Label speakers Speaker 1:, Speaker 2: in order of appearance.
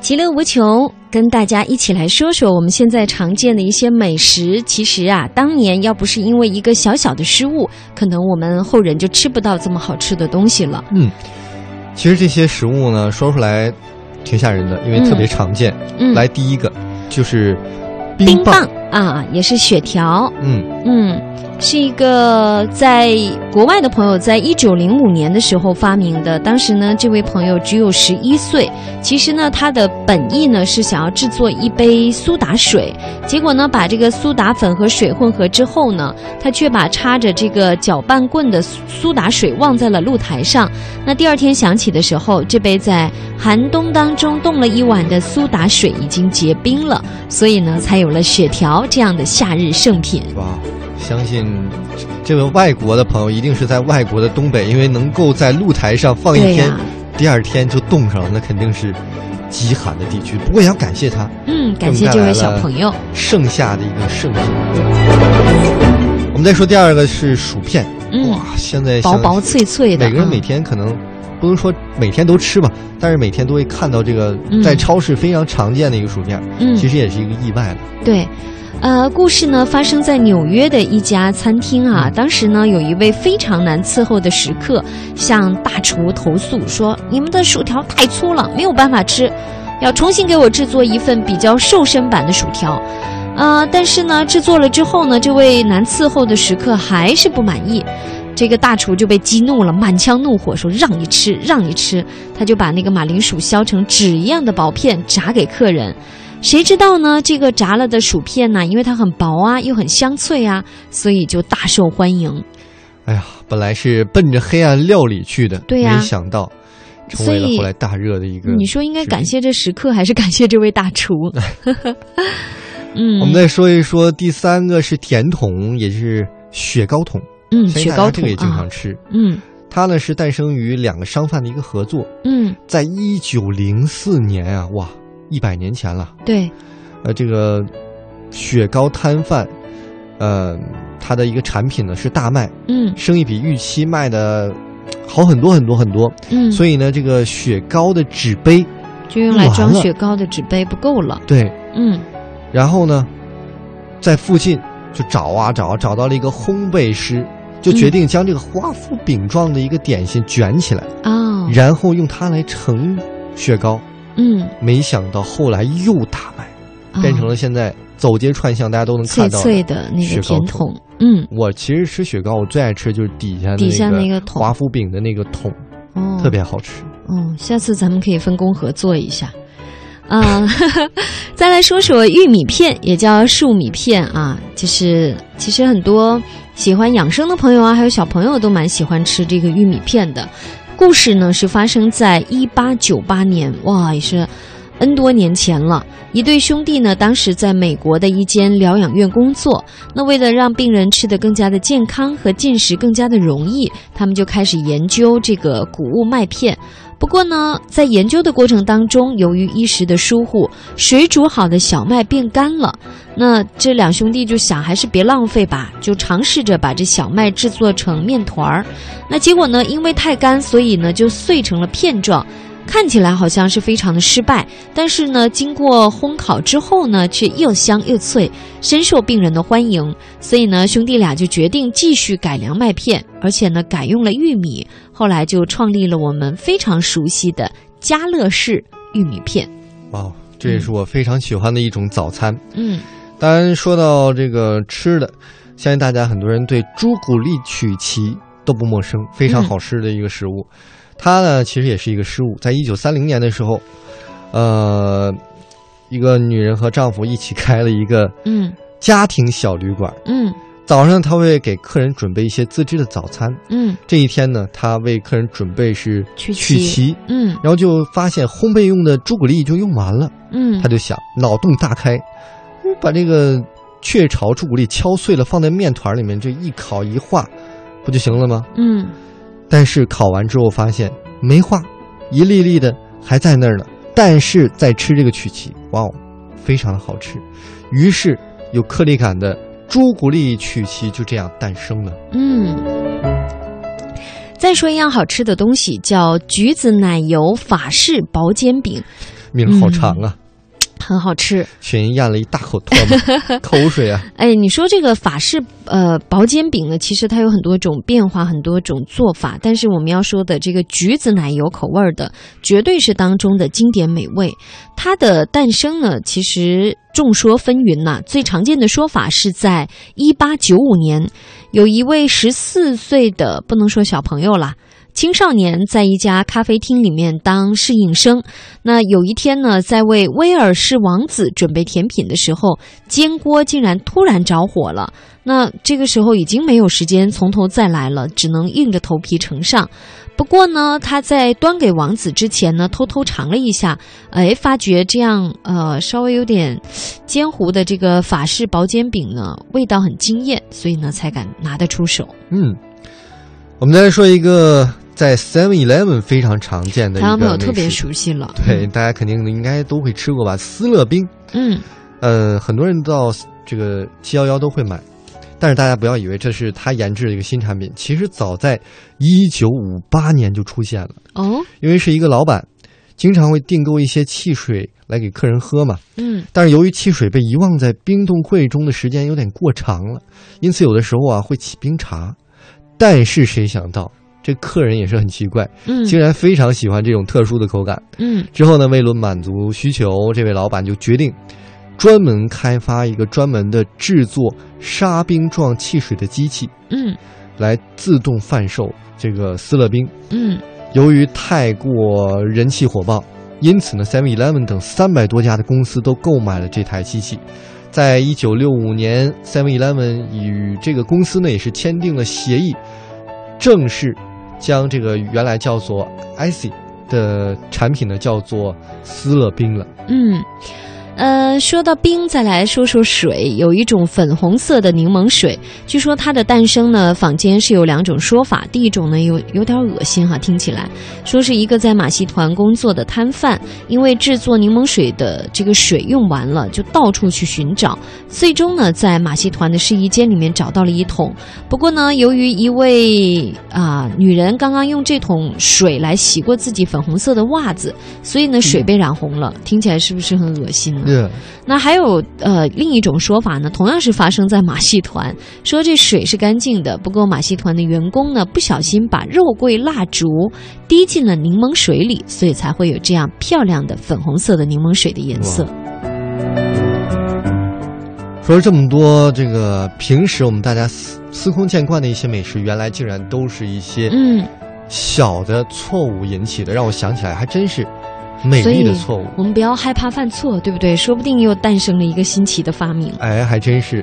Speaker 1: 其乐无穷，跟大家一起来说说我们现在常见的一些美食。其实啊，当年要不是因为一个小小的失误，可能我们后人就吃不到这么好吃的东西了。
Speaker 2: 嗯，其实这些食物呢，说出来挺吓人的，因为特别常见。
Speaker 1: 嗯，
Speaker 2: 来，第一个就是
Speaker 1: 冰
Speaker 2: 棒，
Speaker 1: 棒啊，也是雪条。
Speaker 2: 嗯，
Speaker 1: 嗯，是一个在国外的朋友在一九零五年的时候发明的。当时呢，这位朋友只有十一岁。其实呢，他的本意呢是想要制作一杯苏打水，结果呢，把这个苏打粉和水混合之后呢，他却把插着这个搅拌棍的苏苏打水忘在了露台上。那第二天想起的时候，这杯在寒冬当中冻了一晚的苏打水已经结冰了，所以呢，才有了雪条这样的夏日盛品。
Speaker 2: 哇，相信这位外国的朋友一定是在外国的东北，因为能够在露台上放一
Speaker 1: 对
Speaker 2: 天，
Speaker 1: 呀、
Speaker 2: 第二天就冻上了，那肯定是极寒的地区。不过也要感谢他，
Speaker 1: 嗯，感谢这位小朋友。
Speaker 2: 盛夏的一个盛景。我们再说第二个是薯片，
Speaker 1: 嗯
Speaker 2: 哇，现在
Speaker 1: 薄
Speaker 2: 想
Speaker 1: 薄脆脆的啊，
Speaker 2: 每个人每天可能不能说每天都吃吧，但是每天都会看到这个
Speaker 1: 嗯
Speaker 2: 在超市非常常见的一个薯片，
Speaker 1: 嗯
Speaker 2: 其实也是一个意外的。
Speaker 1: 对。呃，故事呢发生在纽约的一家餐厅啊。
Speaker 2: 嗯
Speaker 1: 当时呢，有一位非常难伺候的食客向大厨投诉说：“你们的薯条太粗了，没有办法吃，要重新给我制作一份比较瘦身版的薯条。”呃，但是呢，制作了之后呢，这位难伺候的食客还是不满意。这个大厨就被激怒了，满腔怒火说：“让你吃，让你吃！”他就把那个马铃薯削成纸一样的薄片炸给客人。谁知道呢？这个炸了的薯片呢，因为它很薄啊，又很香脆啊，所以就大受欢迎。
Speaker 2: 哎呀，本来是奔着黑暗料理去的，
Speaker 1: 对呀
Speaker 2: 没想到成为了
Speaker 1: 所以
Speaker 2: 后来大热的一个。
Speaker 1: 你说应该感。谢这食客，还是感谢这位大 厨？嗯，
Speaker 2: 我们再说一说第三个是甜筒，也就是雪糕筒。
Speaker 1: 嗯
Speaker 2: 相信
Speaker 1: 雪
Speaker 2: 大
Speaker 1: 糕
Speaker 2: 家
Speaker 1: 筒
Speaker 2: 这个也经
Speaker 1: 啊
Speaker 2: 常，吃。
Speaker 1: 嗯
Speaker 2: 它呢是诞生于两个商贩的一个合作，
Speaker 1: 嗯，
Speaker 2: 在一九零四年啊，哇，一百年前了。
Speaker 1: 对，
Speaker 2: 呃，这个雪糕摊贩，呃，它的一个产品呢是大卖，
Speaker 1: 嗯
Speaker 2: 生意比预期卖的好很多很多很多。
Speaker 1: 嗯，
Speaker 2: 所以呢，这个雪糕的纸杯，
Speaker 1: 就用来
Speaker 2: 用完
Speaker 1: 装
Speaker 2: 了
Speaker 1: 雪糕的纸杯不够了。
Speaker 2: 对，
Speaker 1: 嗯
Speaker 2: 然后呢，在附近就找啊找，找到了一个烘焙师，就决
Speaker 1: 嗯
Speaker 2: 定将这个华夫饼状的一个点心卷起来，
Speaker 1: 哦，
Speaker 2: 然后用它来盛雪糕。
Speaker 1: 嗯，
Speaker 2: 没想到后来又大卖，
Speaker 1: 哦
Speaker 2: 变成了现在走街串巷大家都能
Speaker 1: 脆
Speaker 2: 看到的
Speaker 1: 脆的那个
Speaker 2: 雪糕
Speaker 1: 甜
Speaker 2: 筒
Speaker 1: 筒。嗯，
Speaker 2: 我其实吃雪糕，我最爱吃就是底下的
Speaker 1: 底下那个桶
Speaker 2: 华夫饼的那个桶，
Speaker 1: 哦，
Speaker 2: 特别好吃。
Speaker 1: 哦，下次咱们可以分工合作一下。啊、 再来说说玉米片，也叫粟米片啊，就是其实很多喜欢养生的朋友啊，还有小朋友都蛮喜欢吃这个玉米片的。故事呢是发生在一八九八年，哇，也是 N 多年前了。一对兄弟呢，当时在美国的一间疗养院工作，那为了让病人吃得更加的健康和进食更加的容易，他们就开始研究这个谷物麦片。不过呢，在研究的过程当中，由于一时的疏忽，水煮好的小麦变干了。那这两兄弟就想，还是别浪费吧，就尝试着把这小麦制作成面团儿。那结果呢，因为太干，所以呢就碎成了片状。看起来好像是非常的失败，但是呢，经过烘烤之后呢，却又香又脆，深受病人的欢迎。所以呢，兄弟俩就决定继续改良麦片，而且呢，改用了玉米，后来就创立了我们非常熟悉的家乐氏玉米片。
Speaker 2: 哇，这也是我非常喜欢的一种早餐。
Speaker 1: 嗯
Speaker 2: 当然，说到这个吃的，相信大家很多人对朱古力曲奇都不陌生，非常
Speaker 1: 嗯
Speaker 2: 好吃的一个食物。它呢，其实也是一个失误，在一九三零年的时候，呃，一个女人和丈夫一起开了一个
Speaker 1: 嗯
Speaker 2: 家庭小旅馆。
Speaker 1: 嗯
Speaker 2: 早上，她会给客人准备一些自制的早餐。
Speaker 1: 嗯
Speaker 2: 这一天呢，他为客人准备是
Speaker 1: 曲奇
Speaker 2: 曲奇，
Speaker 1: 嗯
Speaker 2: 然后就发现烘焙用的朱古力就用完了，
Speaker 1: 嗯
Speaker 2: 他就想脑洞大开，嗯把这个雀巢朱古力敲碎了放在面团里面，这一烤一化，不就行了吗？
Speaker 1: 嗯，
Speaker 2: 但是烤完之后发现没化，一粒粒的还在那儿呢。但是在吃这个曲奇，哇哦，非常的好吃。于是有颗粒感的朱古力曲奇就这样诞生了。
Speaker 1: 嗯。再说一样好吃的东西，叫橘子奶油法式薄煎饼。
Speaker 2: 名儿好长啊，
Speaker 1: 很好吃。
Speaker 2: 雪莹咽了一大口唾沫， 口水啊，
Speaker 1: 哎，你说这个法式呃薄煎饼呢，其实它有很多种变化，很多种做法。但是我们要说的这个橘子奶油口味儿的，绝对是当中的经典美味。它的诞生呢，其实众说纷纭呐、最常见的说法是在一八九五年，有一位十四岁的不能说小朋友啦。青少年在一家咖啡厅里面当侍应生，那有一天呢，在为威尔士王子准备甜品的时候，煎锅竟然突然着火了。那这个时候已经没有时间从头再来了，只能硬着头皮呈上。不过呢，他在端给王子之前呢，偷偷尝了一下，哎，发觉这样呃稍微有点煎糊的这个法式薄煎饼呢，味道很惊艳，所以呢才敢拿得出手。
Speaker 2: 嗯。我们再来说一个在 Seven Eleven 非常常见的一
Speaker 1: 台
Speaker 2: 个
Speaker 1: 湾朋友
Speaker 2: 美
Speaker 1: 特别嗯
Speaker 2: 食
Speaker 1: 熟悉了，
Speaker 2: 对，大家肯定应该都会吃过吧？思乐冰，
Speaker 1: 嗯，
Speaker 2: 呃，很多人到这个七幺幺都会买，但是大家不要以为这是他研制的一个新产品，其实早在一九五八年就出现了，
Speaker 1: 哦，
Speaker 2: 因为是一个老板，经常会订购一些汽水来给客人喝嘛。
Speaker 1: 嗯
Speaker 2: 但是由于汽水被遗忘在冰冻柜中的时间有点过长了，因此有的时候啊会起冰茶。但是谁想到，这客人也是很奇怪，
Speaker 1: 嗯
Speaker 2: 竟然非常喜欢这种特殊的口感。
Speaker 1: 嗯
Speaker 2: 之后呢，为了满足需求，这位老板就决定专门开发一个专门的制作沙冰状汽水的机器，
Speaker 1: 嗯
Speaker 2: 来自动贩售这个思乐冰。
Speaker 1: 嗯
Speaker 2: 由于太过人气火爆，因此呢，Seven Eleven 等三百多家的公司都购买了这台机器。在一九六五年，Seven Eleven 与这个公司呢也是签订了协议，正式将这个原来叫做 IC 的产品呢叫做思乐冰了。
Speaker 1: 嗯，呃，说到冰，再来说说水。有一种粉红色的柠檬水，据说它的诞生呢，坊间是有两种说法。第一种呢，有有点恶心哈、听起来说是一个在马戏团工作的摊贩，因为制作柠檬水的这个水用完了，就到处去寻找，最终呢，在马戏团的试衣间里面找到了一桶。不过呢，由于一位啊、女人刚刚用这桶水来洗过自己粉红色的袜子，所以呢，水被染红了，听起来是不是很恶心呢？
Speaker 2: 对，
Speaker 1: 那还有呃另一种说法呢，同样是发生在马戏团，说这水是干净的，不过马戏团的员工呢不小心把肉桂蜡烛滴进了柠檬水里，所以才会有这样漂亮的粉红色的柠檬水的颜色。
Speaker 2: 说了这么多，这个平时我们大家司司空见惯的一些美食，原来竟然都是一些
Speaker 1: 嗯，
Speaker 2: 小的错误引起的，让我想起来还真是美
Speaker 1: 所
Speaker 2: 丽
Speaker 1: 以
Speaker 2: 的错误。
Speaker 1: 我们不要害怕犯错，对不对？说不定又诞生了一个新奇的发明。
Speaker 2: 哎，还真是。